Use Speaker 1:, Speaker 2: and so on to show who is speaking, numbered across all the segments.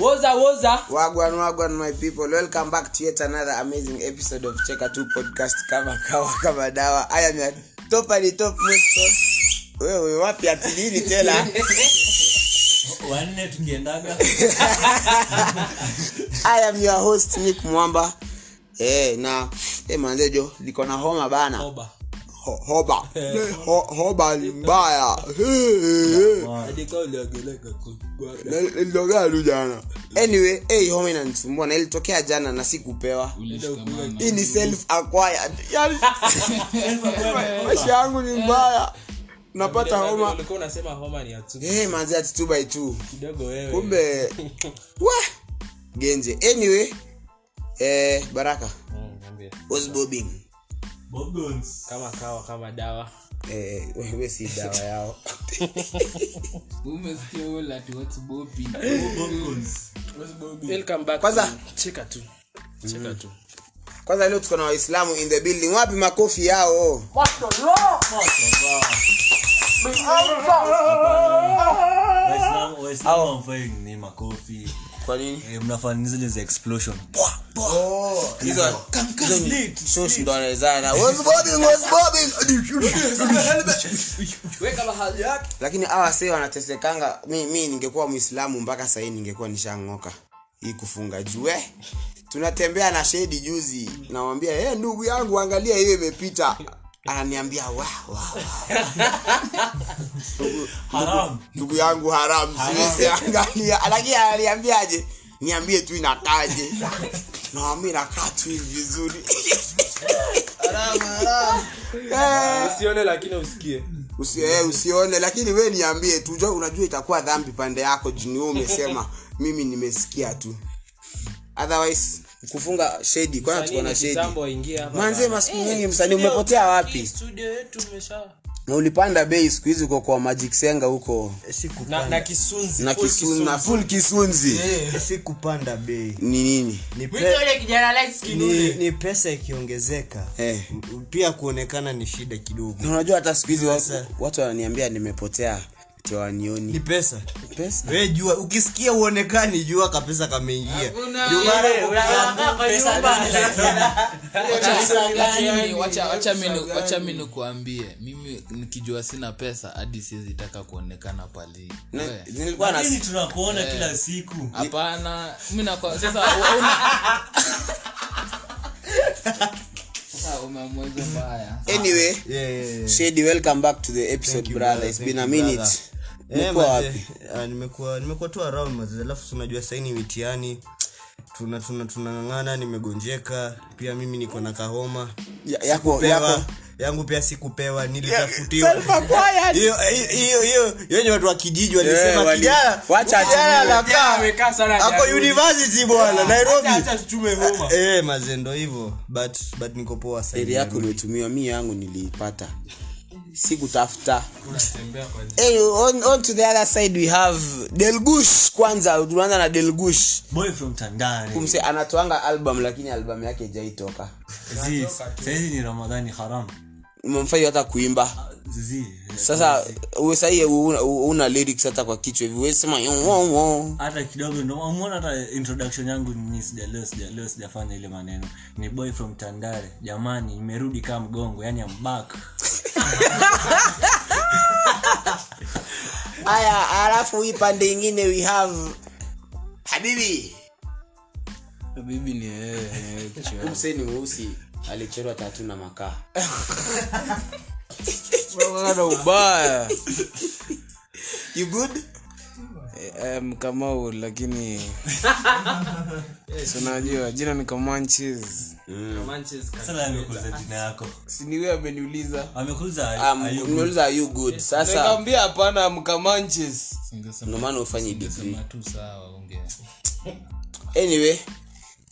Speaker 1: woza woza
Speaker 2: wagwan wagwan my people welcome back to yet another amazing episode of cheka 2 podcast kama kawa kama dawa aya mia topa ni top mwisho wewe wapi atilini tena
Speaker 3: wanne tukiendaga
Speaker 2: i am your host nick mwamba eh na eh manzejo niko na homa bana
Speaker 1: oba
Speaker 2: Ho- hoba Ho- hoba ni mbaya Eh, eh.
Speaker 1: adika uliogeleka kwa-
Speaker 2: Na- nilitokea tu jana anyway hey, homa inanisumbua na ilitokea jana na sikupewa hii ni self acquired yani maisha yangu ni mbaya napata homa
Speaker 1: ulikuwa unasema homa ni atu
Speaker 2: hey, manzi Eh, ati two by two
Speaker 1: kidogo wewe
Speaker 2: kumbe wa genje anyway eh, baraka
Speaker 1: Mm, niambie.
Speaker 2: was bobbing
Speaker 3: Bobons.
Speaker 1: kama kawa kama dawa
Speaker 2: eh, wewe si dawa yao
Speaker 4: umesikia all at what's bopping.
Speaker 3: Bobons.
Speaker 1: welcome back
Speaker 2: Kwanza-
Speaker 1: to- cheka tu cheka tu
Speaker 2: kwanza leo tuko na waislamu in the building wapi makofi yao
Speaker 3: Waislamu- Waislamu hawafai ni makofi
Speaker 2: kwa nini
Speaker 3: Eh, mnafanya zile za explosion
Speaker 2: hizo hizo ni shoshi ndo anawezana was bobbing was bobbing
Speaker 1: weka mahali yake
Speaker 2: lakini awa see wanatesekanga mi, mi ningekuwa mwislamu mpaka sahii ningekuwa nishang'oka hii kufunga jue tunatembea na shedi juzi nawambia hey, ndugu yangu angalia hiyo imepita ananiambia wa, wa, wa. Ndugu-
Speaker 3: Haram.
Speaker 2: ndugu yangu haramu siwezi angalia lakini ananiambiaje niambie tu inakaje nawambia inakaa tu hivi vizuri Eh
Speaker 1: usione lakini usikie
Speaker 2: usi, eh, usione lakini we niambie tu jo unajua itakuwa dhambi pande yako jini wewe umesema mimi nimesikia tu otherwise kufunga shedi kwana tuko na shedi
Speaker 1: kitambo aingie hapa
Speaker 2: manze masiku nyingi msanii umepotea wapi
Speaker 1: studio yetu umesha
Speaker 2: na ulipanda bei siku hizi uko kwa Magic Senga huko
Speaker 5: Eh,
Speaker 1: na, Eh. na kisunzi
Speaker 2: na
Speaker 1: full
Speaker 2: kisunzi na full kisunzi
Speaker 5: Eh. si kupanda bei
Speaker 2: ni nini
Speaker 5: ni,
Speaker 4: Mwite
Speaker 5: pe,
Speaker 4: yule kijana light skin
Speaker 5: ni,
Speaker 4: ule.
Speaker 5: ni pesa ikiongezeka
Speaker 2: Eh.
Speaker 5: m- pia kuonekana ni shida kidogo
Speaker 2: na unajua hata siku hizi watu,
Speaker 5: Sasa.
Speaker 2: watu wananiambia nimepotea
Speaker 5: ni
Speaker 2: tewanioni
Speaker 5: pesa
Speaker 2: pesa
Speaker 5: we jua ukisikia uonekani jua kapesa kameingia
Speaker 4: Hakuna
Speaker 5: Ndio maana
Speaker 1: Eh,
Speaker 4: wewe, unakaa
Speaker 5: ukiambiwa
Speaker 4: kwa
Speaker 5: pesa
Speaker 4: nyumba.
Speaker 6: Wacha-
Speaker 4: Pesa gani?
Speaker 6: wacha- Yaani, wacha- wacha mimi ni- wacha mi nikuambie mimi nikijua sina pesa hadi siwezitaka kuonekana palii
Speaker 2: Na-
Speaker 6: We,
Speaker 2: nilikuwa na
Speaker 3: Lakini tunakuona kila siku
Speaker 6: hapana mi nakwa- sasa wa- una- Sasa umemweza mbaya
Speaker 2: anyway
Speaker 5: Yeah, yeah, yeah.
Speaker 2: shedi welcome back to the episode
Speaker 5: you,
Speaker 2: brother
Speaker 5: brother.
Speaker 2: it's
Speaker 5: Thank
Speaker 2: been a
Speaker 5: you,
Speaker 2: minute
Speaker 5: brother. Eh,
Speaker 2: Umekuwa
Speaker 5: mazee,
Speaker 2: wapi?
Speaker 5: ah, nimekuwa nimekuwa tu around mazee alafu si unajua saini mitihani tuna tuna tunang'ang'ana nimegonjeka pia mimi niko na kahoma
Speaker 2: Ya- yako
Speaker 5: pewa
Speaker 2: Oh, yako
Speaker 5: yangu pia sikupewa nilitafutiwa hiyo hiyo- hiyo hiyo hiyo ni watu wa kijiji
Speaker 2: Eh,
Speaker 5: walisema
Speaker 2: wali-
Speaker 5: kijana
Speaker 2: wacha
Speaker 5: kijana
Speaker 2: atumie.
Speaker 5: anakaa
Speaker 1: amekaa sana
Speaker 5: ako
Speaker 1: hajarudi.
Speaker 5: university bwana nairobi
Speaker 1: acha tuchume homa
Speaker 5: eh mazendo hivyo but but niko poa sasa
Speaker 2: heri yako imetumiwa mi yangu niliipata sikutafuta
Speaker 1: unatembea kwa njia
Speaker 2: hey, on, on to the other side we have delgush kwanza tunaanza na delgush
Speaker 3: boy from Tandale
Speaker 2: kumse anatoanga album lakini album yake ijaitoka
Speaker 3: Zizi, saizi ni Ramadhani haram
Speaker 2: umemfai hata kuimba
Speaker 3: Zizi,
Speaker 2: sasa uwe sahii una, una lyrics hata kwa kichwa hivi uwezi sema "Yo, wo, wo."
Speaker 3: hata kidogo ndo amwona hata introduction yangu ni sijaleo sijaleo sijafanya ile maneno ni boy from Tandale jamani nimerudi kama mgongo yani I'm back
Speaker 2: haya alafu hii pande ingine we have habibi
Speaker 6: bibi ni wewe
Speaker 2: Huyu mseni mweusi alichorwa tatu na makaa
Speaker 6: na ubaya
Speaker 2: you good
Speaker 6: um, kamau lakini tunajua jina ni kamanches
Speaker 3: sasa amekuuza jina yako
Speaker 6: siniwe ameniuliza
Speaker 3: amekuuza
Speaker 2: Um, umeuliza are you good sasa
Speaker 6: nikaambia hapana mkamanches
Speaker 2: ndo maana ufanye degree
Speaker 6: tu sawa unge
Speaker 2: anyway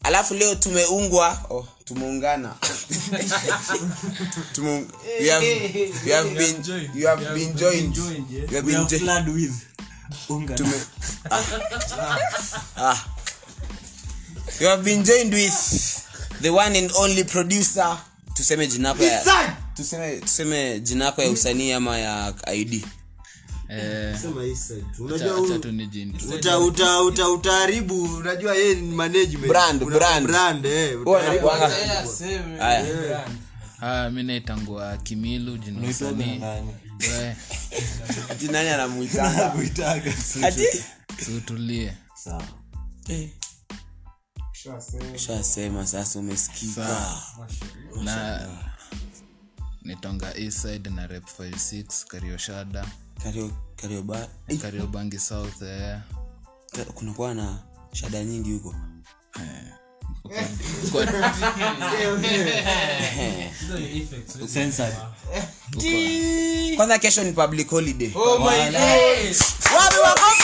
Speaker 2: alafu leo tumeungwa oh, tumeungana Tumeung- we have- we have been- you have been joined. You have been jo-
Speaker 3: flood with unga
Speaker 2: tume- ah. Ah. You have been joined with the one and only producer tuseme jinako ya tuseme, tuseme jinako ya usanii ama ya id
Speaker 5: Sema hii side.
Speaker 6: Acha-
Speaker 5: unajua
Speaker 6: acha
Speaker 5: huyu-
Speaker 6: tu nijini.
Speaker 5: uta- uta- uta- utaharibu unajua yeye ni management
Speaker 2: Brand,
Speaker 5: Una-
Speaker 2: brand.
Speaker 5: brand, eh,
Speaker 2: Huwa
Speaker 5: utaharibu-
Speaker 2: anakuanga- Aya.
Speaker 5: eh.
Speaker 6: Ah, mi naitangua kimilu jina la msanii. We,
Speaker 2: Ati nani anamuitanga? Ati?
Speaker 6: si utulie
Speaker 2: Ushasema sasa umesikika
Speaker 6: Sawa. na nitonga eastside na rep 56 karioshada
Speaker 2: Kario- Karioba-
Speaker 6: Eh. kariobangi south eh.
Speaker 2: Ka- kunakuwa na shada nyingi huko
Speaker 6: Kwa-
Speaker 2: kwanza kesho ni public holiday Wapi makofi?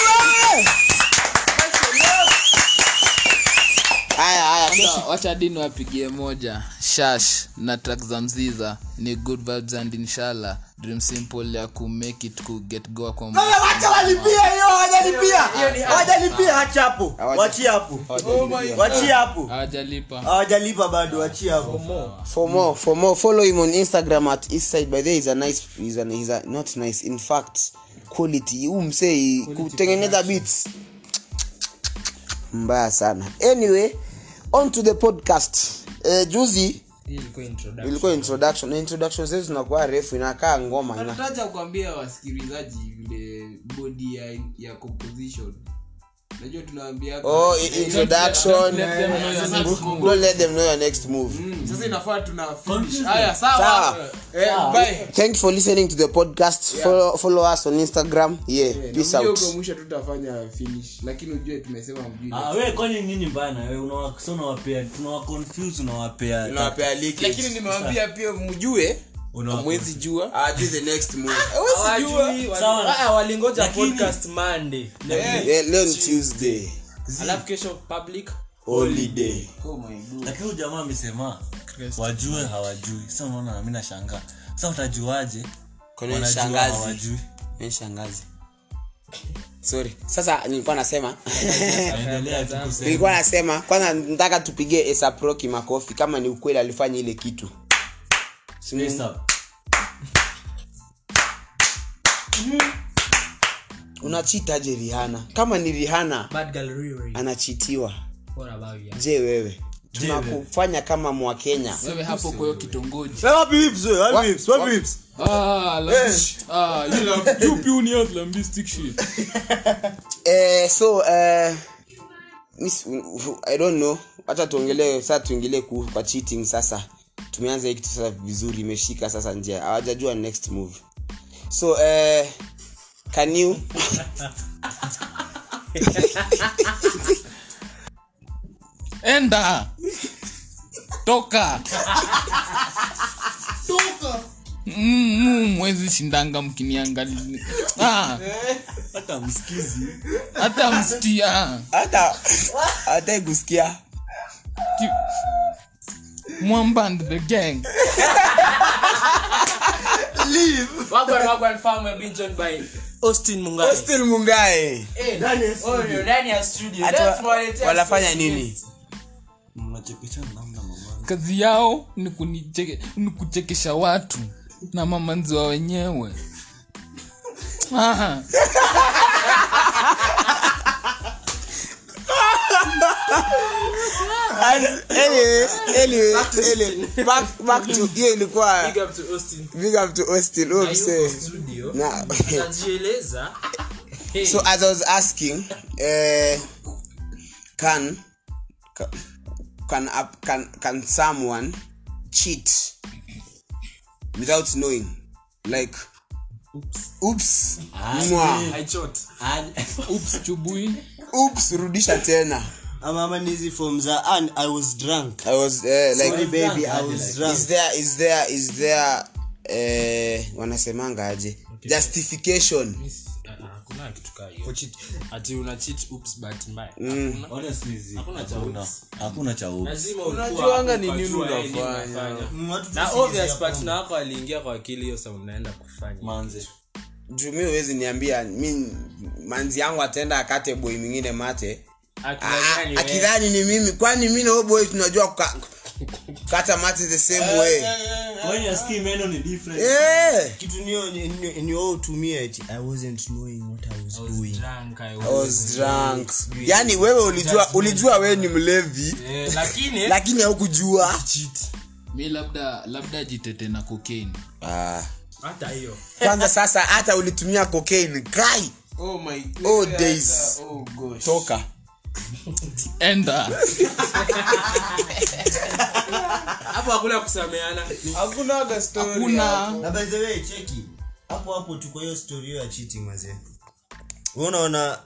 Speaker 2: Haya, haya, kesho.
Speaker 6: Wacha- wacha dini wapigie moja shash na track za mziza ni good vibes and inshallah dream simple ya ku make it ku get goa kwa mwa-
Speaker 5: wacha walipia hiyo hawajalipia hawajalipia acha hapo wachie hapo
Speaker 7: Oh
Speaker 5: wachie hapo
Speaker 6: hawajalipa
Speaker 5: hawajalipa bado wachie hapo
Speaker 2: for more for more follow him on instagram at eastside by there is a nice is a, is a not nice in fact quality huu msei kutengeneza beats mbaya sana anyway on to the podcast eh, juzi ilikuwa introduction Na introduction zetu zinakuwa refu inakaa ngoma ina
Speaker 4: nataka kuambia wasikilizaji vile bodi ya, ya composition najua tunaambia
Speaker 2: oh i- introduction
Speaker 6: Let them know your next move.
Speaker 2: don't let them know your next move
Speaker 4: Mm, sasa inafaa tuna finish.
Speaker 6: haya
Speaker 2: Sawa.
Speaker 6: sawa Eh, bye
Speaker 2: thank you for listening to the podcast follow, follow us on instagram yeah,
Speaker 4: Eh, na
Speaker 2: peace
Speaker 4: mjue
Speaker 2: out
Speaker 4: huko mwisho tutafanya finish lakini ujue tumesema mjue
Speaker 3: we Ah, kwani nini mbaya nawe unawaksa unawapea tunawaconfuse unawapea
Speaker 2: tunawapea leakage.
Speaker 4: lakini nimewambia pia mjue
Speaker 3: unawa-
Speaker 4: mwezi jua
Speaker 2: ajue the next move
Speaker 3: Sawa.
Speaker 7: Ah, walingoja
Speaker 3: Lakini-
Speaker 7: podcast monday
Speaker 2: yeah, Eh, leo ni tuesday
Speaker 7: alafu kesho public
Speaker 2: holiday
Speaker 3: lakini huyu jamaa amesema wajue hawajui sa unaona nami nashangaa sa watajuaje
Speaker 2: Kwani
Speaker 3: wanajua
Speaker 2: shangazi?
Speaker 3: hawajui
Speaker 2: Ni shangazi sorry sasa nilikuwa nasema
Speaker 3: endelea tu kusema
Speaker 2: nilikuwa nasema kwanza nataka tupigie esaproki makofi kama ni ukweli alifanya ile kitu Simu-
Speaker 3: ASAP.
Speaker 2: unachitaje rihana kama ni rihana
Speaker 7: bad girl Riri.
Speaker 2: anachitiwa
Speaker 7: What about you?
Speaker 2: je wewe tunakufanya kama mwakenya
Speaker 6: wewe hapo kwa hiyo kitongoji
Speaker 5: Sema wapi vips wewe? Wapi
Speaker 2: Wa-
Speaker 5: vips? Wapi
Speaker 2: wa-
Speaker 5: vips?
Speaker 6: ah lambist ah you love you pioneers lambistic shit
Speaker 2: eh, so eh, miss, i don't know hata tuongelee sasa tuingilie ku- kwa cheating sasa tumeanza hii kitu sasa vizuri imeshika sasa njia hawajajua next move so eh, can you
Speaker 6: enda toka toka Mm, mm, mwezi shindanga mkiniangalia Ah,
Speaker 3: hata msikizi
Speaker 6: hata msikia
Speaker 2: hata hatai kusikia
Speaker 6: Ki- mwamba and the gang
Speaker 7: Wagwan Wagwan Farm were being joined by Austin Mungai.
Speaker 2: still mungae
Speaker 7: Eh, oh, no, ndani ya studio.
Speaker 2: Hata
Speaker 7: Let's walete-
Speaker 2: wanafanya nini
Speaker 3: mnachekeshana namna mama
Speaker 6: kazi yao ni kunicheke- ni kuchekesha watu na mamanzi wa wenyewe Ah.
Speaker 2: anyway, anyway, anyway, back, back to hiyo ilikuwa
Speaker 7: Big up to Austin.
Speaker 2: big up to austin huyo
Speaker 7: Na
Speaker 2: msee.
Speaker 7: yuko studio.
Speaker 2: na
Speaker 7: Anajieleza. Hey,
Speaker 2: so as i was asking uh, can ca- can up, can can someone cheat without knowing like oops
Speaker 7: Ah,
Speaker 2: mwa
Speaker 7: I chot.
Speaker 6: Oops, chubui
Speaker 2: oops rudisha tena
Speaker 5: Ama- ama ni hizi form za "And I was drunk.
Speaker 2: i was uh,
Speaker 5: Sorry,
Speaker 2: like
Speaker 5: baby, I was drunk."
Speaker 2: is there is there is there eh wanasemanga aje justification
Speaker 7: Ah, ati una cheat oops bahati mbaya
Speaker 2: Mm.
Speaker 3: honestly zi hakuna hakuna cha upu
Speaker 7: lazima
Speaker 4: Unajuanga ni nini unafanya.
Speaker 5: Watu
Speaker 7: na
Speaker 5: tusikize
Speaker 7: obvious
Speaker 5: hapo.
Speaker 7: partner wako aliingia kwa akili hiyo sasa unaenda kufanya
Speaker 3: manze
Speaker 2: juu mi huwezi niambia mi manzi yangu ataenda akate boi mwingine mate Ah,
Speaker 7: Akidhani wewe-
Speaker 2: akidhani ni mimi kwani mi naoboy tunajua kuka- kukata mate the same way
Speaker 3: when your skin meno ni different
Speaker 2: Eh,
Speaker 5: kitu niyo- ni- ni- niyo utumia eti, i wasn't knowing what i was doing
Speaker 1: Drunk, I was-
Speaker 2: I was drunk. yani wewe ulijua ulijua wewe ni mlevi
Speaker 1: Eh, lakini
Speaker 2: lakini haukujua
Speaker 6: mi labda labda jitete na cocaine
Speaker 2: ah.
Speaker 1: hata hiyo
Speaker 2: kwanza sasa hata ulitumia cocaine kai
Speaker 4: Oh my God.
Speaker 2: Oh, days.
Speaker 4: Oh gosh.
Speaker 2: toka
Speaker 6: enda
Speaker 7: hapo hakuna kusameana
Speaker 4: Hakunaga story
Speaker 6: kuna
Speaker 5: na by the way cheki hapo hapo tuko hiyo story hiyo ya cheating mazee wewe unaona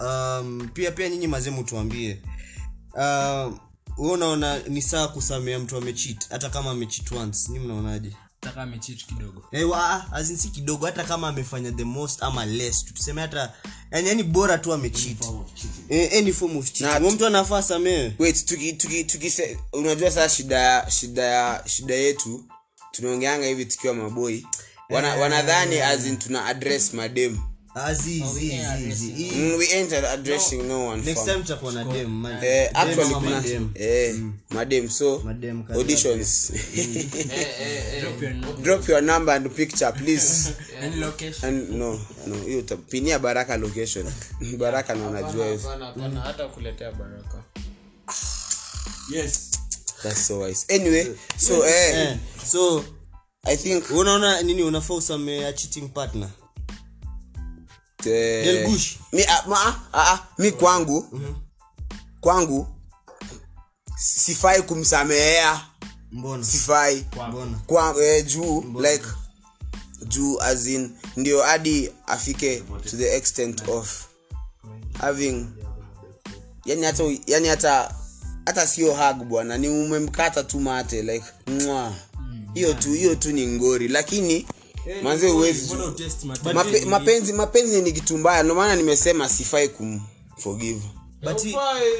Speaker 5: um, pia pia nyinyi mazee mtuambie um, wewe unaona ni sawa kusamea mtu amecheat hata kama amecheat once ni mnaonaje
Speaker 7: taka amechit kidogo
Speaker 5: Eh, wa- ah, as in si kidogo hata kama amefanya the most ama less tu tuseme hata yani yani bora tu amecheat Eh, any form of cheating
Speaker 2: Na-
Speaker 5: Huyo mtu anafaa samewe
Speaker 2: wait tuki, tuki, tuki se, unajua sasa shida ya shida ya shida yetu tunaongeanga hivi tukiwa maboi Wana,
Speaker 5: Eh.
Speaker 2: wanadhani as in tuna address madem
Speaker 5: azizi azizi
Speaker 2: mm, we ain't addressing no, one
Speaker 5: next
Speaker 2: from-
Speaker 5: time tutakuwa na dem man.
Speaker 2: eh,
Speaker 5: Dem
Speaker 2: actually
Speaker 5: ama
Speaker 2: kuna
Speaker 5: madem. Mm.
Speaker 2: eh, madem so
Speaker 5: Madem Mm. Eh, kazi
Speaker 2: auditions
Speaker 7: Drop your number.
Speaker 2: drop your number and picture please
Speaker 7: And location.
Speaker 2: and no no hiyo utapinia baraka location baraka na unajua hiyo
Speaker 7: Hapana, hapana, hata kuletea baraka
Speaker 3: yes
Speaker 2: that's so wise anyway so eh
Speaker 5: Eh, so
Speaker 2: i think
Speaker 5: unaona nini unafaa usamea cheating partner
Speaker 2: eh,
Speaker 5: Delgush.
Speaker 2: mi, ah, ma, ah, ah, ah, mi kwangu kwangu sifai kumsamehea
Speaker 5: mbona
Speaker 2: sifai
Speaker 5: mbona
Speaker 2: kwa eh, juu like juu as in ndio hadi afike to the extent of having yani hata yani hata hata sio hag bwana ni umemkata tu mate like mwa hiyo tu hiyo tu ni ngori lakini manze huwezi ju- Mape, mapenzi mapenzi ni kitu mbaya ndio maana nimesema sifai kumforgive
Speaker 5: but he-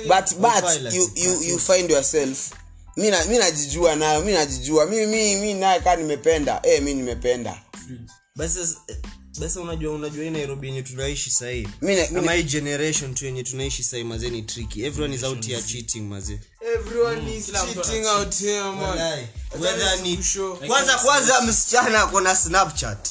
Speaker 2: but
Speaker 5: Profile,
Speaker 2: but
Speaker 5: like,
Speaker 2: you, you, you find yourself mi na- mi najijua nayo mi najijua mi, mi, mi naye kaa nimependa eh mi nimependa
Speaker 5: basi sasa- eh, basi unajua unajua hii nairobi yenye tunaishi sahii
Speaker 2: Mi na- mi
Speaker 5: ama hii generation tu yenye tunaishi sahii mazee ni tricky everyone is out here cheating mazee Mm,
Speaker 4: Everyone is cheating out here, man.
Speaker 5: Whether ni-
Speaker 4: Sure.
Speaker 5: kwanza kwanza msichana ako na snapchat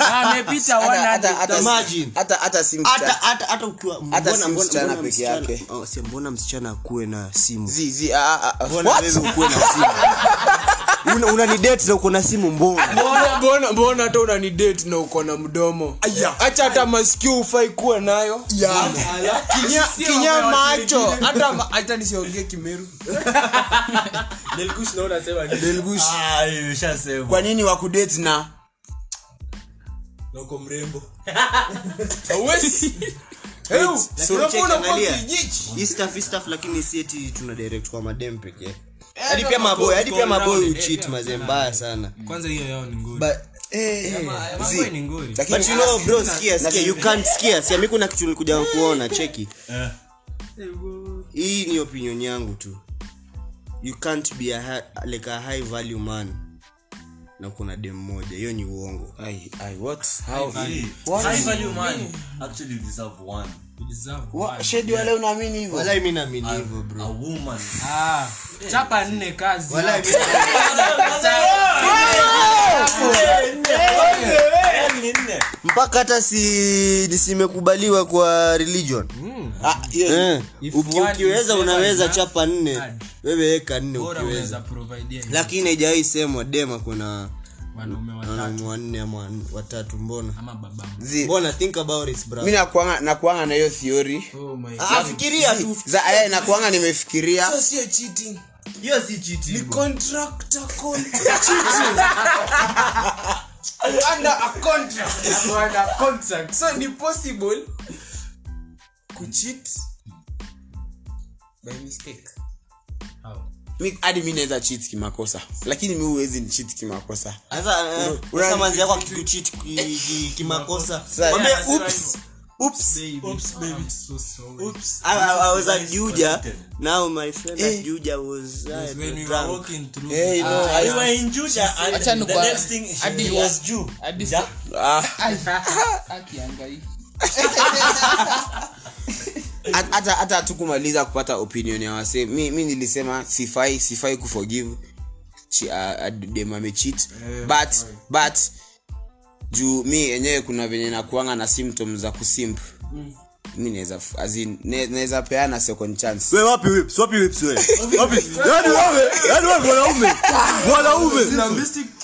Speaker 7: Ah, amepita
Speaker 2: Hata- hata-
Speaker 7: 100.
Speaker 2: hata-
Speaker 5: imagine.
Speaker 2: hata- hata si
Speaker 5: hata
Speaker 2: msichana-
Speaker 5: hata hata ukiwa
Speaker 2: si
Speaker 5: mbona
Speaker 2: msichana
Speaker 5: mbona
Speaker 2: peke
Speaker 5: msichana-
Speaker 2: yake.
Speaker 5: oh, si mbona msichana akuwe na simu
Speaker 2: zi- zi- ah, ah, ah.
Speaker 5: mbona
Speaker 2: What?
Speaker 5: wewe ukuwe na simu una, una ni date na uko na simu mbona
Speaker 4: Mbona- mbona- mbona hata unani date na uko na mdomo hacha hata masikio ufai kuwa nayo kinya, kinya macho hata ma- hata nisiongee kimeru
Speaker 7: Nilikush naona sema ni-
Speaker 3: ah ushasema
Speaker 2: kwa nini wakudate na
Speaker 5: Lakini cheki, angalia. Hii stuff- hii stuff lakini si eti tuna direct kwa madem Eh, pekee hadi pia maboy hadi Eh, pia maboy uchit mazee mbaya sana
Speaker 1: kwanza hiyo yao ni ngori
Speaker 5: but eh
Speaker 1: Mambo ni ngori
Speaker 2: Lakini-
Speaker 5: but you know bro sikia sikia you can't sikia sikia mimi kuna kitu nilikuja kuona cheki hii ni opinion yangu tu you can't be a hi- like a high value man na kuna dem moja hiyo ni uongo
Speaker 2: Ai, ai, what? How?
Speaker 3: high value man actually you deserve one
Speaker 1: You deserve
Speaker 2: Wa-
Speaker 1: one.
Speaker 2: Shedi wa leo unaamini hivyo?
Speaker 5: wala mimi naamini hivyo
Speaker 3: a
Speaker 5: bro
Speaker 3: woman
Speaker 7: Ah, chapa nne kazi
Speaker 5: wala mimi mpaka hata si nisimekubaliwa kwa religion
Speaker 2: Ah, yes.
Speaker 5: Eh,
Speaker 7: If
Speaker 5: uki-
Speaker 7: one is
Speaker 5: ukiweza
Speaker 7: ever
Speaker 5: unaweza
Speaker 7: enough,
Speaker 5: chapa nne
Speaker 7: add.
Speaker 5: wewe weka nne
Speaker 7: bora unaweza
Speaker 5: ukiweza
Speaker 7: provide yeye.
Speaker 5: lakini haijawai semwa dema kuna
Speaker 7: wanaume watatu
Speaker 5: wanaume wanne ama wan- watatu mbona
Speaker 7: ama baba
Speaker 2: Zi-
Speaker 5: mbona think about it
Speaker 2: mi
Speaker 5: bro
Speaker 2: nakuanga nakuanga na hiyo theory
Speaker 7: oh my
Speaker 5: Ah, fikiria tu
Speaker 2: za eh, nakuanga nimefikiria
Speaker 5: hiyo si cheating bro.
Speaker 4: Wana contract. so ni possible kucheat by mistake
Speaker 2: mi hadi mi naweza cheat kimakosa lakini mi huwezi ni cheat kimakosa
Speaker 5: Sasa, eh,
Speaker 2: Una-
Speaker 5: sasa manzi yako akikucheat ki- ki- kimakosa
Speaker 2: Sasa-
Speaker 5: mwambie,
Speaker 2: Yeah,
Speaker 5: "Oops, oops,
Speaker 1: Ah, So sorry. Ah,
Speaker 5: I- I- I was at Juja. Now my friend at
Speaker 2: Eh.
Speaker 5: Juja was, uh, Ah,
Speaker 1: When we were
Speaker 5: drunk."
Speaker 1: walking through Ah.
Speaker 2: hey, no, I,
Speaker 3: you were in Judah and
Speaker 6: Acha ni
Speaker 3: the
Speaker 6: kwa-
Speaker 3: next thing
Speaker 6: hadi
Speaker 3: he
Speaker 6: ya-
Speaker 3: was Jew
Speaker 6: hadi
Speaker 3: Ja-
Speaker 2: ah,
Speaker 6: akiangai
Speaker 2: hata- hata hata hatukumaliza kupata opinion ya wase mi, mi nilisema sifai sifai kuforgive chi- a- a- dem amechit but but juu mi enyewe kuna venye nakuanga na symptom za kusimp
Speaker 5: Mm.
Speaker 2: mi naweza f- as in, ne- naweza peana second chance
Speaker 8: we wapi whips wapi whips we wapi Yaani yani wewe yani wewe mwanaume mwanaume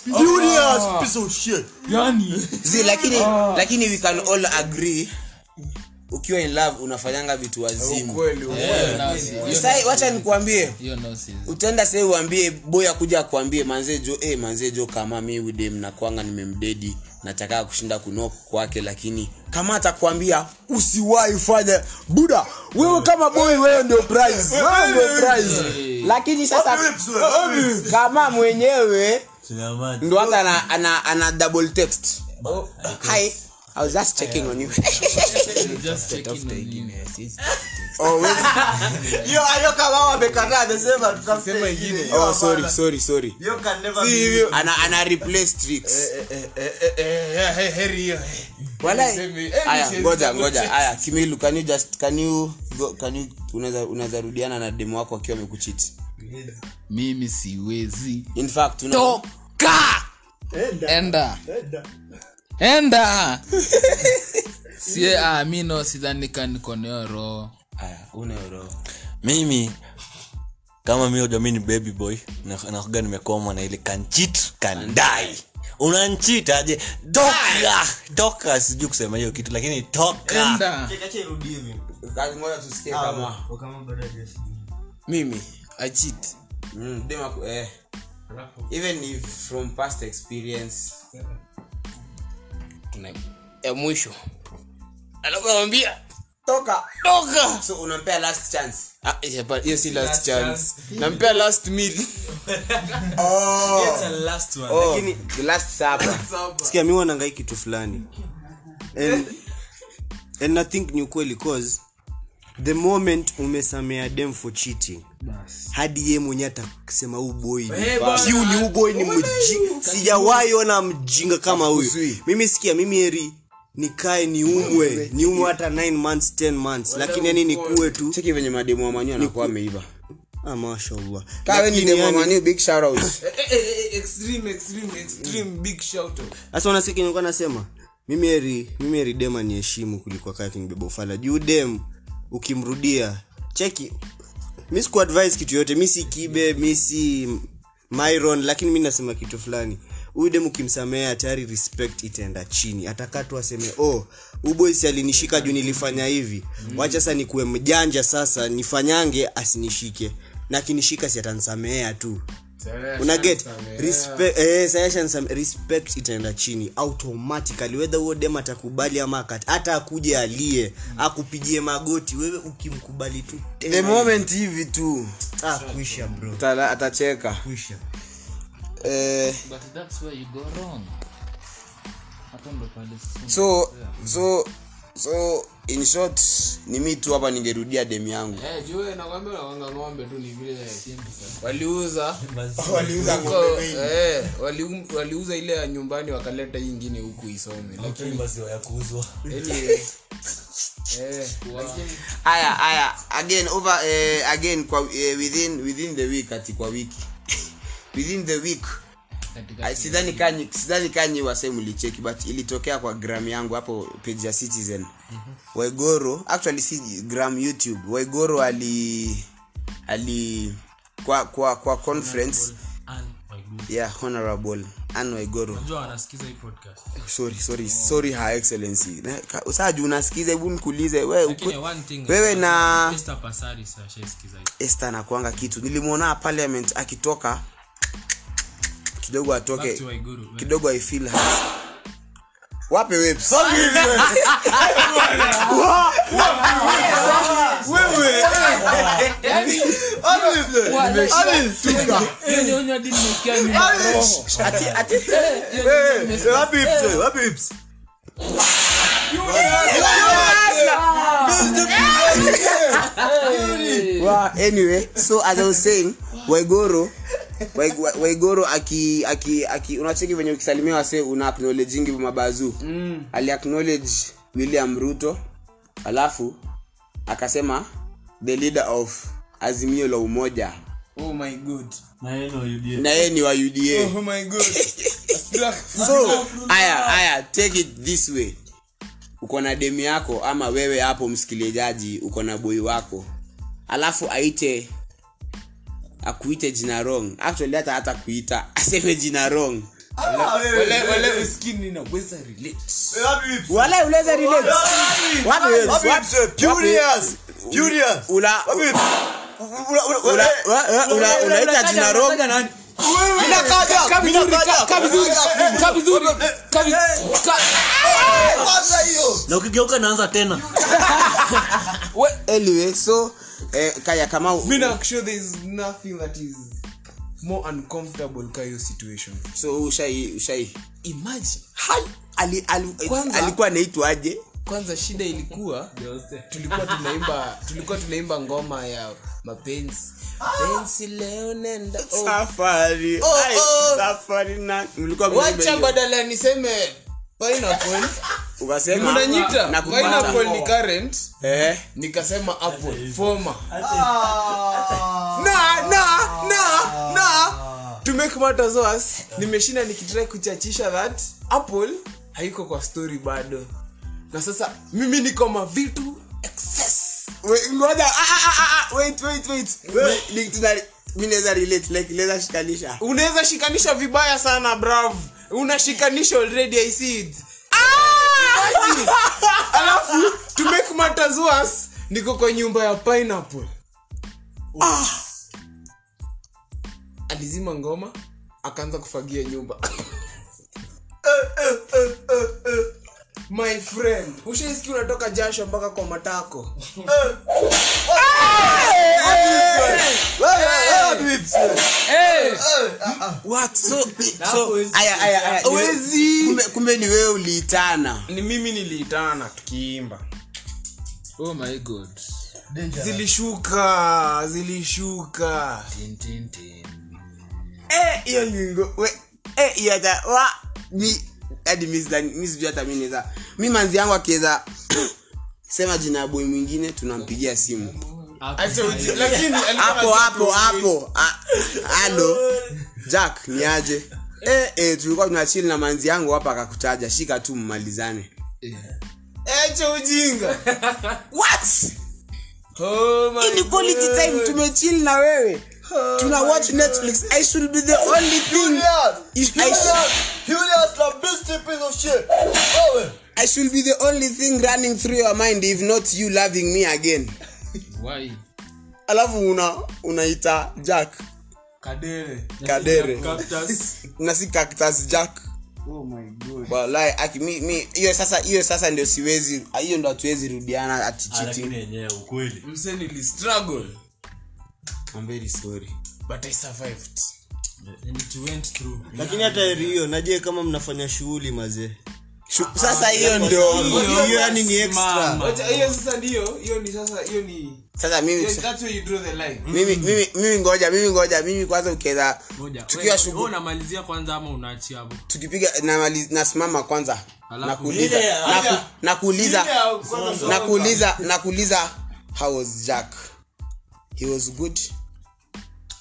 Speaker 8: Julius piece of shit
Speaker 2: Zi, lakini lakini we can all agree ukiwa in love unafanyanga vitu wazimu
Speaker 7: Eh.
Speaker 2: sai wacha nikuambie
Speaker 6: Eh, hiyo nonsense.
Speaker 2: utaenda sai uambie boya kuja akuambie manze jo eh, manze jo kama mi udem nakwanga nimemdedi nataka kushinda kunok kwake lakini kama atakwambia usiwahi fanya buda wewe kama boy wewe ndio prize wewe ndio prize lakini sasa kama mwenyewe ndo hata ana, ana, ana double text hi I was just checking on you.
Speaker 6: Just check in on you.
Speaker 4: oh, sorry, sorry, sorry.
Speaker 2: ana ana replace tricks.
Speaker 6: Eh,
Speaker 2: Walai. Aya, ngoja ngoja. Aya, Kimilu can you just can you go, can you unaweza unaweza rudiana na demo wako akiwa amekucheat.
Speaker 6: mimi siwezi
Speaker 2: In fact, una
Speaker 6: toka enda enda sie ah, mi no sidhani ka niko na hiyo roho
Speaker 2: Aya, una roho.
Speaker 3: mimi kama mi hoja mi ni baby boy na- nakuga nimekoma na ile kanchit kandai unanchit aje toka toka sijui kusema hiyo kitu lakini toka
Speaker 6: enda
Speaker 2: Kazi ngoja tusikie kama mimi I cheat. Mm, demo wako, eh. Even if from past experience. Tuna
Speaker 7: ya mwisho alafu nawambia
Speaker 2: toka toka. eh, So unampea last chance.
Speaker 7: Ah, yeah, but hiyo si last chance nampea last meal
Speaker 3: Oh,
Speaker 2: Lakini the last supper.
Speaker 5: Oh. sikia mi wanangai kitu fulani and, and i think ni ukweli cause the moment umesamea dem for cheating hadi ye mwenye atasema huu boy ni mbaya. Jiu ni huu boy ni mji sijawahi ona mjinga kama huyu mimi sikia mimi eri nikae niumwe niumwe hata 9 months 10 months lakini yani nikuwe tu
Speaker 2: cheki venye mademu wa manio anakuwa ameiva
Speaker 5: ah, mashallah
Speaker 2: kawe ni
Speaker 5: Lakini
Speaker 2: demu wa
Speaker 5: yani-
Speaker 2: manio big shout out
Speaker 7: Eh, Mm.
Speaker 5: sasa unasikia kenye nilikuwa nasema mimi heri mimi heri dem aniheshimu kuliko kaka kinibeba ufala juu dem ukimrudia cheki mi sikuadvise kitu yote mi si kibe mi si myron lakini mi nasema kitu fulani huyu dem ukimsamea tayari respect itaenda chini atakatu aseme oh uboisi alinishika juu nilifanya hivi mm. wacha sasa nikuwe mjanja sasa nifanyange asinishike na akinishika si atansamea tu unaget eh, respect itaenda chini automatically whether huo dem atakubali ama akat- hata akuje alie akupigie magoti wewe ukimkubali tu tena
Speaker 2: the moment hivi tu
Speaker 5: ah, kuisha bro
Speaker 2: Atala- atacheka
Speaker 5: kuisha
Speaker 2: eh,
Speaker 6: but that's where you go wrong hapo ndo pale sisi-
Speaker 2: so so so in short ni mi tu hapa ningerudia demu yangu
Speaker 7: Eh, juu wewe nakwambia unawanga ng'ombe tu ni vile waliuza
Speaker 3: oh,
Speaker 7: huko, eh, waliu- waliuza ile ya nyumbani wakaleta hii ingine huku isome Yaani- lakini anyway, eh, lakini-
Speaker 2: aya aya again over eh, again kwa eh, within within the week ati kwa wiki within the week I- sidhani kanyi sidhani kanyi wase mlicheki but ilitokea kwa gram yangu hapo page ya citizen waigoro actually si gram youtube waigoro ali ali kwa kwa kwa conference yeah honorable Anne waigoro
Speaker 1: unajua wanasikiza hii podcast
Speaker 2: sorry sorry sorry her excellency Na- ka- usaju unasikiza hebu nikuulize we
Speaker 1: lakini
Speaker 2: ukwe-
Speaker 1: one thing
Speaker 2: wewe na
Speaker 1: Mr. Pasari sasa ashasikiza hii
Speaker 2: este nakuanga kitu nilimwona parliament akitoka kidogo
Speaker 1: back
Speaker 2: atoke
Speaker 1: to Waiguru wewe.
Speaker 2: kidogo i feel hurt. wape webs
Speaker 6: Yaani onyo hadi nimesikia mimi
Speaker 2: Ah!
Speaker 6: na roho. Eh, yaani nimesikia-
Speaker 2: Wa- anyway so as i was saying waigoro Waig- Wa- waigoro aki aki aki unacheki venye ukisalimia wase una acknowledgingi mabazuu mm. ali acknowledge william ruto alafu akasema the leader of azimio la umoja
Speaker 7: oh my god
Speaker 2: na yeye ni wa uda
Speaker 7: oh my god
Speaker 2: so haya haya take it this way uko na demu yako ama wewe hapo msikilizaji uko na boi wako alafu aite akuite jina wrong actually hata hata kuita aseme jina wrong wala uleza relate What else? What- ula ula- ula- ula- unaita jina wrong
Speaker 3: na ukigeuka naanza tena
Speaker 2: anyway so eh, kaya kama
Speaker 7: mi nakusho there is nothing that is more uncomfortable ka hiyo situation
Speaker 2: so ushai ushai
Speaker 7: imagine
Speaker 2: Hai! ali, ali,
Speaker 7: Kwanza-
Speaker 2: alikuwa anaitwaje
Speaker 7: kwanza shida ilikuwa tulikuwa tunaimba tulikuwa tunaimba ngoma ya mapenzi penzi leo nenda oh.
Speaker 2: safari
Speaker 7: Oh,
Speaker 2: Hai,
Speaker 7: oh.
Speaker 2: safari na mlikuwa mnaimba
Speaker 7: wacha
Speaker 2: hiyo.
Speaker 7: badala ya niseme pineapple
Speaker 2: ukasema
Speaker 7: kunanyita
Speaker 2: nakupata.
Speaker 7: pineapple ni current
Speaker 2: eh
Speaker 7: nikasema apple former
Speaker 4: na na na na
Speaker 7: to make matters worse nimeshinda nikitrai kuchachisha that apple haiko kwa story bado na sasa mimi niko mavitu
Speaker 2: We- ngoja ah, ah, ah, ah, wait wait wait Ni- ni- tuna- mi naweza relate like naweza shikanisha
Speaker 7: unaweza shikanisha vibaya sana brav unashikanisha already i see it
Speaker 1: Ah!
Speaker 7: Imagine. alafu to make matters worse niko kwa nyumba ya pineapple ah. alizima ngoma akaanza kufagia nyumba my friend ushaisikia unatoka jasho mpaka kwa matako
Speaker 2: Eh. what Eh, ah, so so aya aya aya
Speaker 7: Wezi.
Speaker 2: kumbe, kumbe ni wewe uliitana
Speaker 7: ni mimi niliitana tukiimba
Speaker 6: oh my god
Speaker 7: zilishuka zilishuka
Speaker 6: tin, tin, tin.
Speaker 2: eh hiyo ningo we eh hiyo hata wa mi hadi mi sidhani mi sijui hata mi naweza mi manzi yangu akiweza sema jina ya boy mwingine tunampigia simu
Speaker 7: lakini
Speaker 2: hapo hapo hapo Ah, halo jack ni aje eh, eh, tulikuwa tunachili na manzi yangu hapa akakutaja shika tu mmalizane
Speaker 7: echo ujinga
Speaker 2: what
Speaker 7: oh my
Speaker 2: Hii ni quality time tumechill na wewe tuna watch netflix i should be the only thing You- I, sh- i should be the only thing running through your mind if not you loving me again
Speaker 6: why
Speaker 2: alafu una unaita jack
Speaker 7: kadere
Speaker 2: kadere na si cactus jack
Speaker 5: Oh
Speaker 2: walai aki mi mi hiyo sasa hiyo sasa ndio siwezi hiyo ndo hatuwezi rudiana ati
Speaker 5: Ah,
Speaker 2: cheating
Speaker 3: Ah, yenyewe ukweli
Speaker 7: mse nili struggle
Speaker 2: i'm very sorry
Speaker 7: but i survived
Speaker 5: lakini hata heri hiyo najue kama mnafanya shughuli mazee
Speaker 2: Shu- sasa hiyo ndio
Speaker 5: Ah, hiyo yani ni extra
Speaker 7: Wacha, hiyo sasa ndiyo hiyo ni sasa hiyo ni
Speaker 2: sasa mimi
Speaker 7: hiyo- that's where you draw the line
Speaker 2: mimi mimi mimi ngoja mimi ngoja mimi kwanza ukiweza tukiwa shughuli
Speaker 1: unamalizia kwanza ama unaachia hapo
Speaker 2: tukipiga namali- nasimama kwanza
Speaker 1: Alafu
Speaker 2: nakuuliza
Speaker 3: ile ya-
Speaker 2: naku- nakuuliza
Speaker 7: Ile ya kwanza kwanza.
Speaker 2: nakuuliza nakuuliza how was jack he was good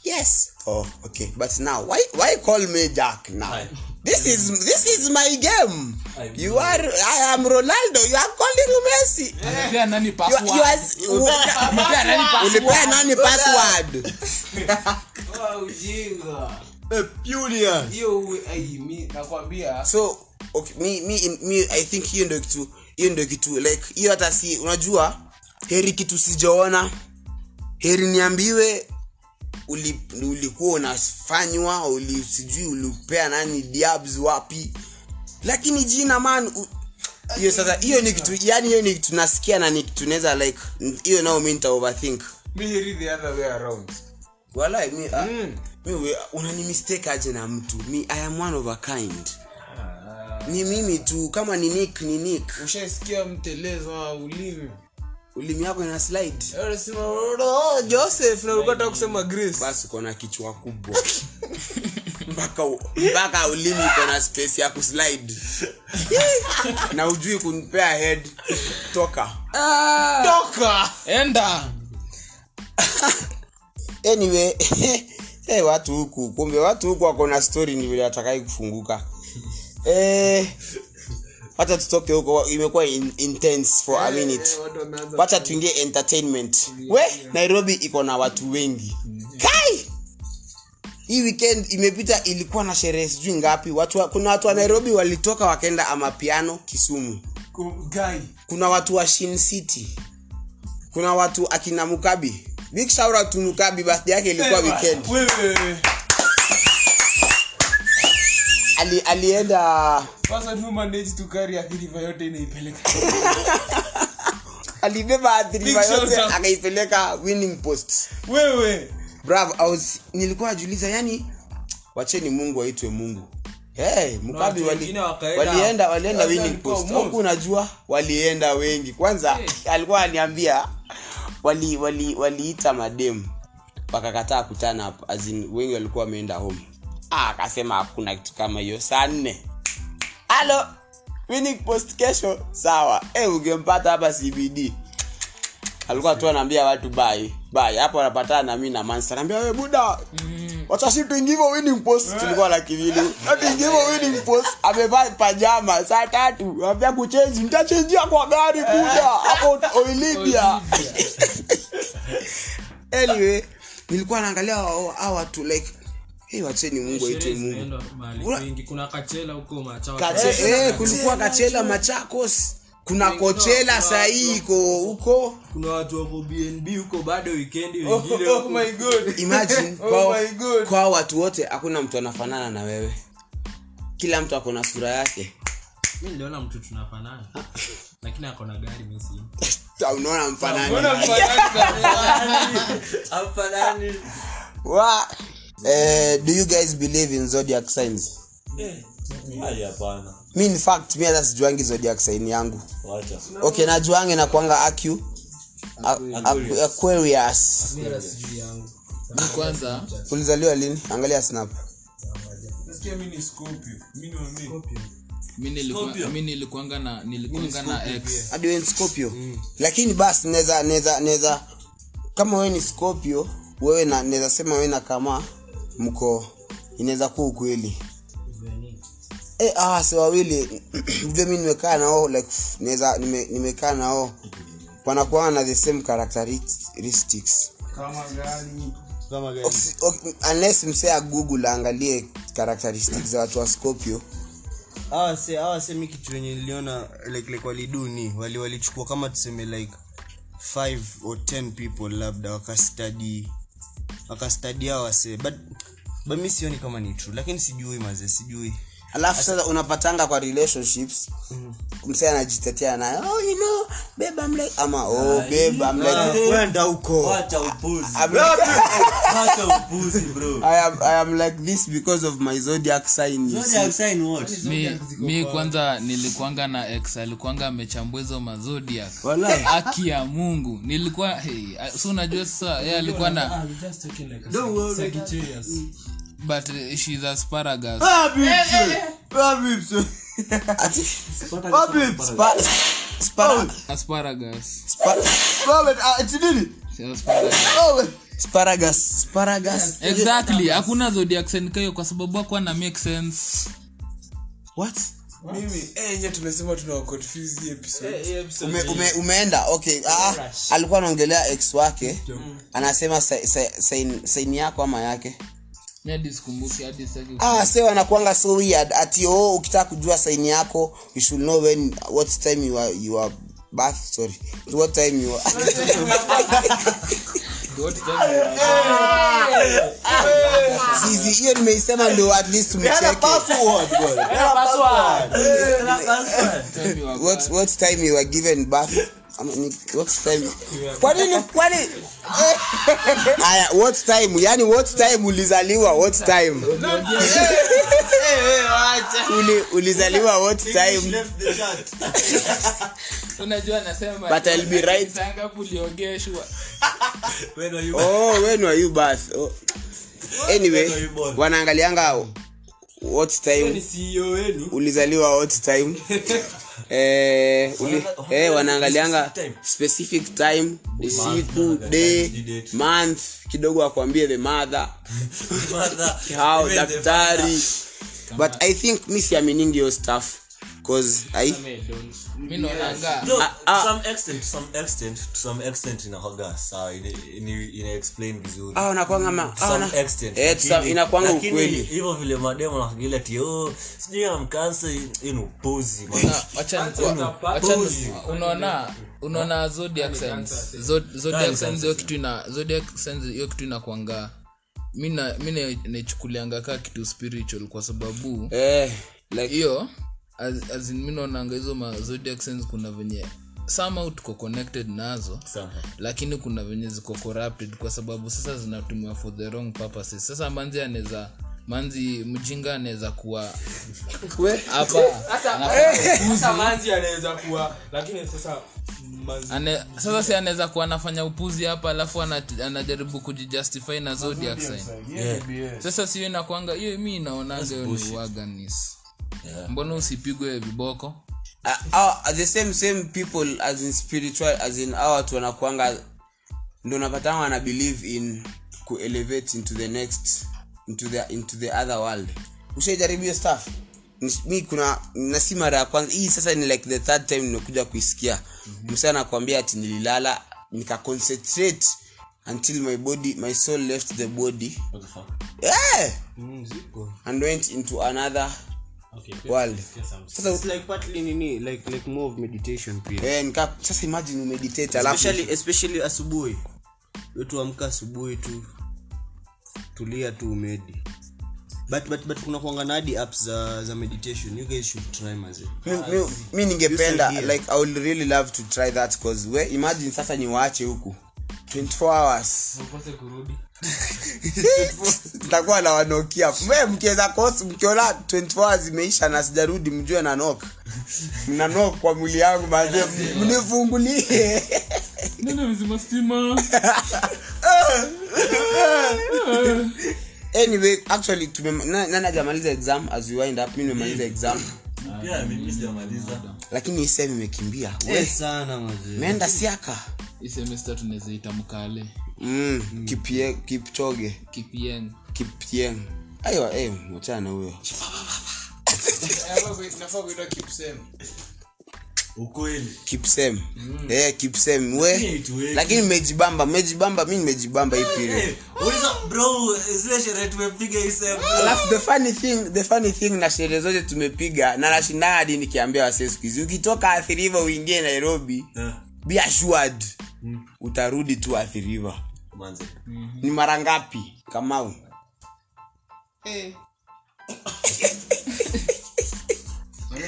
Speaker 2: yes oh okay but now why why call me jack now this is this is my game you are i am ronaldo you are calling messi
Speaker 6: Anapea nani
Speaker 2: you, are- you
Speaker 6: password?
Speaker 2: are,
Speaker 6: Anapea nani password?
Speaker 2: ulipea nani password
Speaker 7: Oh, ujinga
Speaker 5: Eh, Furious.
Speaker 7: hiyo uwe- ai, mi nakwambia
Speaker 2: Ah, so okay, mi, mi, mi i think hiyo ndio kitu hiyo ndio kitu like hiyo hata si unajua heri kitu sijaona heri niambiwe uli, ulikuwa unafanywa uli, sijui ulipea nani diabs wapi lakini jina man u- hiyo sasa hiyo ni kitu yani hiyo ni kitu nasikia na ni kitu naweza like hiyo nao mi nita overthink
Speaker 7: mi heri the other way around
Speaker 2: wala mi, ah, mi we- unani mistake aje na mtu mi i am one of a kind ni mimi tu kama ni nick ni nick
Speaker 7: ushaisikia mtelezo wa ulimi
Speaker 2: ulimi yako ina slide
Speaker 7: Eh, unasema, "Oh, joseph na ulikuwa unataka kusema grace
Speaker 2: basi uko na kichwa kubwa mpaka u- mpaka ulimi uko na space ya kuslide na ujui kunipea head toka
Speaker 7: toka
Speaker 6: enda
Speaker 2: anyway hey, watu huku kumbe watu huku wako na story ni vile watakai kufunguka eh, wacha tutoke huko imekuwa in, intense for a minute wacha tuingie entertainment we nairobi iko na watu wengi kai hii weekend imepita ilikuwa na sherehe sijui ngapi watu wa, kuna watu wa nairobi walitoka wakaenda amapiano kisumu kuna watu wa shin city kuna watu akina mukabi big shout out to mukabi birthday yake ilikuwa weekend Ali, alienda alibeba athiriva yote akaipeleka winning post bravo I was, nilikuwa najiuliza yani wacheni mungu aitwe mungu hey, mkabi
Speaker 1: watu
Speaker 2: wali,
Speaker 1: wengine wakaenda-
Speaker 2: walienda walienda
Speaker 1: Sasa
Speaker 2: winning
Speaker 1: alikuwa
Speaker 2: post
Speaker 1: most.
Speaker 2: huku unajua walienda wengi kwanza alikuwa aniambia wali wali waliita mademu wakakataa kutana hapo as in wengi walikuwa wameenda home ah, akasema hakuna kitu kama hiyo saa nne halo winning post kesho sawa hey, ungempata hapa cbd alikuwa tu anaambia watu bai bai hapo anapatana na mimi na mansa anaambia wewe buda
Speaker 1: Mm.
Speaker 2: wacha si tuingie hivyo winning
Speaker 1: Eh.
Speaker 2: post tulikuwa na kivili na tuingie hivyo winning post amevaa pajama saa tatu anambia kuchange nitachangia kwa gari buda
Speaker 1: Eh.
Speaker 2: hapo Olivia anyway nilikuwa naangalia hao hao watu like hey wacheni Mungu aitwe Mungu
Speaker 1: Zinaenda mahali
Speaker 2: Ula-
Speaker 1: kwingi. kuna kachela huko machawa
Speaker 2: Kache, eh, kulikuwa kachela machakos kuna kochela sahii iko huko
Speaker 1: kuna watu wako bnb huko bado wikendi wengine huko.
Speaker 2: imagine kwa, kwa watu wote hakuna mtu anafanana na wewe kila mtu ako na sura yake
Speaker 1: mi niliona mtu tunafanana lakini ako na gari mimi sina.
Speaker 2: Ta, unaona mfanani Wa- eh, do you guys believe in zodiac signs
Speaker 3: Eh.
Speaker 2: mi in fact mi hata sijuangi zodiac sign yangu okay najuange na kuanga acu aquarius
Speaker 6: Mi kwanza
Speaker 2: ulizaliwa lini angalia snap
Speaker 6: mi nilikuwa- mi nilikuanga na nilikuanga na x
Speaker 2: hadi wewe ni scorpio lakini basi naweza naweza naweza kama wewe ni scorpio wewe na naweza sema wewe na kama mko inaweza kuwa ukweli eh ah si wawili vile mimi nimekaa na wao like pff, naweza nime, nimekaa na wao wanakuwa na the same characteristics
Speaker 5: kama gani
Speaker 2: Oksi- ok- unless msee agoogle aangalie characteristics za watu wa scorpio
Speaker 5: awase awasemi kitu yenye niliona like, like waliduni wali walichukua kama tuseme like 5 or 10 people labda wakastadi wakastadi awase but but mi sioni kama ni true lakini sijui maze sijui
Speaker 2: alafu sasa unapatanga kwa relationships msee anajitetea naye oh, you know, babe, I'm like, ama oh, babe, I'm like,
Speaker 5: kwenda Ah, huko
Speaker 3: Ah,
Speaker 2: I'm like, I am, I am like this because of my zodiac sign you see.
Speaker 6: mi, mi kwanza nilikuanga na x alikuanga amechambua hizo mazodiac
Speaker 2: Walai.
Speaker 6: haki ya mungu nilikuwa hey, a- si unajua sasa ye alikuwa
Speaker 3: ah,
Speaker 6: na
Speaker 1: Mm.
Speaker 6: but eh, she's asparagus
Speaker 2: Ati- Spa-
Speaker 5: Oh.
Speaker 2: spara-
Speaker 6: asparagus
Speaker 2: spa-
Speaker 5: ah,
Speaker 6: She's asparagus
Speaker 2: Asparagus, asparagus.
Speaker 6: exactly hakuna zodiac sign kayo kwa sababu hakuwa na make sense
Speaker 2: What?
Speaker 7: eh,
Speaker 4: enye tumesema tunawaconfuse
Speaker 1: Eh,
Speaker 4: episode
Speaker 2: Ume- ume- umeenda okay ah, alikuwa anaongelea ex wake anasema sa- sa- sign- sign yako ama yake
Speaker 6: mi hadi sikumbuki hadi sitaki
Speaker 2: ah, se wanakwanga so weird ati oh, ukitaka kujua saini yako you should know when what time you are, you are birth sorry what time you are zizi hiyo nimeisema ndo at least mcheke what, what time you were given birth Ama ni- what time kwanini kwani aya what time yani what time ulizaliwa what time Uli- ulizaliwa what time
Speaker 6: unajua anasema
Speaker 2: But I'll be right.
Speaker 6: Tanga uliogeshwa
Speaker 2: oh when were you birth oh. anyway
Speaker 3: E
Speaker 2: wanaangalianga what time ulizaliwa what time eh, uli, eh, wanaangalianga
Speaker 3: Specific time.
Speaker 2: specific time usiku day month kidogo akwambie the mother
Speaker 3: Mother,
Speaker 2: how
Speaker 3: even the
Speaker 2: daktari but i think mi siaminingi hiyo stuff cause i
Speaker 6: mi naonanga
Speaker 3: No,
Speaker 2: Ah, ah.
Speaker 3: some extent, some extent, to some extent inakuwaga sawa, ina- ina- ina explain vizuri.
Speaker 2: ah unakwanga ma
Speaker 3: To
Speaker 2: ah,
Speaker 3: some
Speaker 2: una-
Speaker 3: extent,
Speaker 2: eh, to some-
Speaker 3: lakini-
Speaker 2: inakuwanga
Speaker 3: lakini
Speaker 2: ukweli
Speaker 3: hivyo vile mademu wanakagila ati oh, sijui amkansa inupuzi
Speaker 2: Ah.
Speaker 6: Na, wacha ni- wa- wacha ni- unaona unaona zodiac signs Zod- zodiac signs hiyo kitu ina zodiac signs hiyo kitu inakwanga mi na- mi na- naichukulianga kaa kitu spiritual kwa sababu
Speaker 2: eh like
Speaker 6: hiyo as- as in mi naonanga hizo ma zodiac signs kuna venye somehow tuko connected nazo lakini kuna venye ziko corrupted kwa sababu sasa zinatumiwa for the wrong purposes sasa manzi anaweza manzi mjinga anaweza kuwa hapa
Speaker 1: manzi anaweza kuwa lakini sasa manzi
Speaker 6: Ane, sasa si anaweza kuwa anafanya upuzi hapa alafu ana- anajaribu kujijustify na zodiac sign sasa siyo inakwanga hiyo mi inaonanga hiyo ni waganis mbona usipigwe viboko
Speaker 2: uh, uh, the same same people as in spiritual as in hawa watu wanakuanga ndo napatanga wana believe in kuelevate into the next into the, into the other world ushaijaribu hiyo stuff Nis- mi kuna na si mara ya kwanza hii sasa ni like the third time nimekuja kuisikia msana mm-hmm. nakwambia ati nililala nikaconcentrate until my body my soul left the body yeah! and went into another
Speaker 1: okay
Speaker 2: world sasa
Speaker 5: It's like partly nini like like more of meditation pia
Speaker 2: Eh, nika, sasa imagine umeditate alafu
Speaker 5: especially, especially asubuhi wetu amka asubuhi tu tulia tu umedi but but but kuna kuanga na hadi apps za za meditation you guys should try maze
Speaker 2: mi, mi, mi ningependa
Speaker 5: idea.
Speaker 2: like i would really love to try that cause we imagine sasa niwaache huku 24 hours
Speaker 1: ukose kurudi
Speaker 2: nitakuwa na wanokia we mkiweza kos mkiona 24 hours imeisha na sijarudi mjue na nok mna nok kwa mwili yangu baze mnifungulie
Speaker 7: nene mzima stima
Speaker 2: anyway actually tumem- na- nani ajamaliza exam as we wind up mi nimemaliza exam lakini isem imekimbia
Speaker 5: hey,
Speaker 1: Eh.
Speaker 5: sana maze
Speaker 2: meenda siaka
Speaker 6: hii semester tunaweza ita mkale
Speaker 2: mm, kipie kipchoge
Speaker 6: kipien
Speaker 2: kiptieng aiwa eh, wachana na huyo kipsem eh, kipsem we lakini mmejibamba mmejibamba mi nimejibamba hii period alafu the funny thing the funny thing na sherehe zote tumepiga na nashindana hadi nikiambia wasee siku hizi ukitoka athiriva uingie nairobi be assured utarudi tu athiriva ni mara ngapi kamau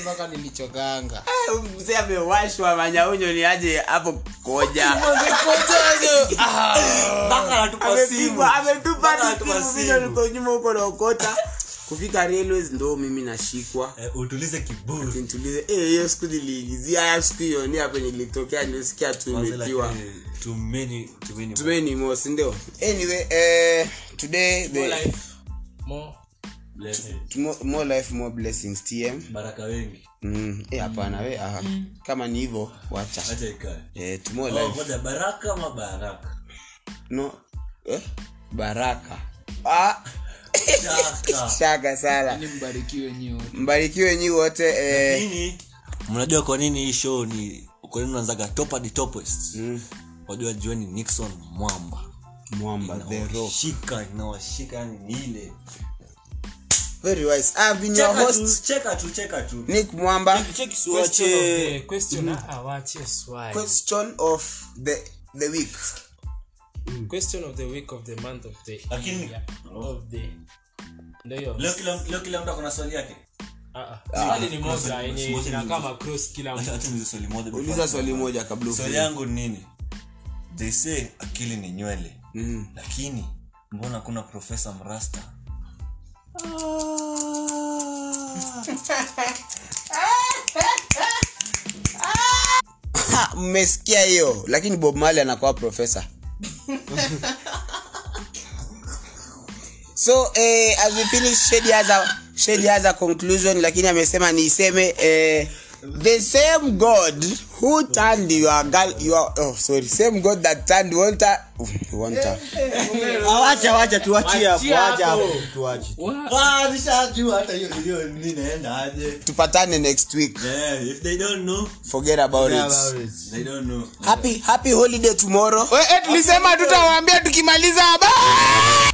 Speaker 7: mpaka nilichokanga
Speaker 2: Eh, mzee amewashwa manyaunyo ni aje hapo koja Amepigwa- ametupa hadi
Speaker 3: Mpaka
Speaker 2: simu,
Speaker 3: simu.
Speaker 2: video niko nyuma huko naokota kufika railways ndo mimi nashikwa
Speaker 3: Eh, utulize kiburi
Speaker 2: nitulize eh, hiyo siku niliigizia ya siku hiyo ni hapo nilitokea nilisikia tu
Speaker 3: Kwanza
Speaker 2: imetiwa
Speaker 3: lakini eh, too many- too many-
Speaker 2: tumeni mosi ndio anyway eh, today the,
Speaker 1: mo
Speaker 3: blessings.
Speaker 2: mo- more life more blessings tm
Speaker 3: Eh, baraka wengi
Speaker 2: mm. eh, hapana we ah, kama ni hivyo wacha
Speaker 3: acha ikae
Speaker 2: eh, to more
Speaker 3: Oh,
Speaker 2: life
Speaker 3: ngoja, baraka ama baraka
Speaker 2: no eh, baraka ah,
Speaker 3: Baraka.
Speaker 2: shaka sana
Speaker 6: ni mbarikiwe nyiwe
Speaker 2: mbarikiwe nyii wote eh,
Speaker 3: Nini? mnajua kwa nini hii show ni kwa nini unaanzaga top at the topest
Speaker 5: Mm.
Speaker 3: wajua jueni nixon mwamba
Speaker 2: mwamba the rock
Speaker 3: shika inawashika yani ni ile
Speaker 2: very wise i've been your
Speaker 3: cheka
Speaker 2: host
Speaker 3: tu cheka tu cheka tu
Speaker 2: nick mwamba
Speaker 1: question of the question awache swali
Speaker 2: question of the the week
Speaker 1: question of the week of the month of the
Speaker 3: Lakini- Oh.
Speaker 1: year of the ndio hiyo
Speaker 3: leo kila leo kila mtu akona swali yake
Speaker 1: Ah, ah. swali ni moja yenye inakaa macross kila mtu
Speaker 3: acha acha niulize swali moja
Speaker 2: uliza swali moja kabla
Speaker 3: swali yangu ni nini they say akili ni nywele
Speaker 2: Mhm.
Speaker 3: lakini mbona kuna profesa mrasta
Speaker 2: Ha, Ah, mmesikia hiyo lakini bob mali anakuwa profesa so eh, as we finish shedi has a, Shady has a conclusion lakini amesema niiseme eh, the same god who turned your girl your oh sorry same god that turned water water
Speaker 5: awacha wacha tuachie hapo
Speaker 1: Wachia
Speaker 5: wacha
Speaker 1: hapo.
Speaker 5: hapo tuache Ah, nishajua hata hiyo video ni inaendaje
Speaker 2: tupatane next week
Speaker 3: Yeah, if they don't know,
Speaker 2: forget about
Speaker 5: Yeah,
Speaker 2: it
Speaker 5: about it.
Speaker 3: they don't know.
Speaker 2: happy happy holiday tomorrow tulisema tutawambia tukimaliza habari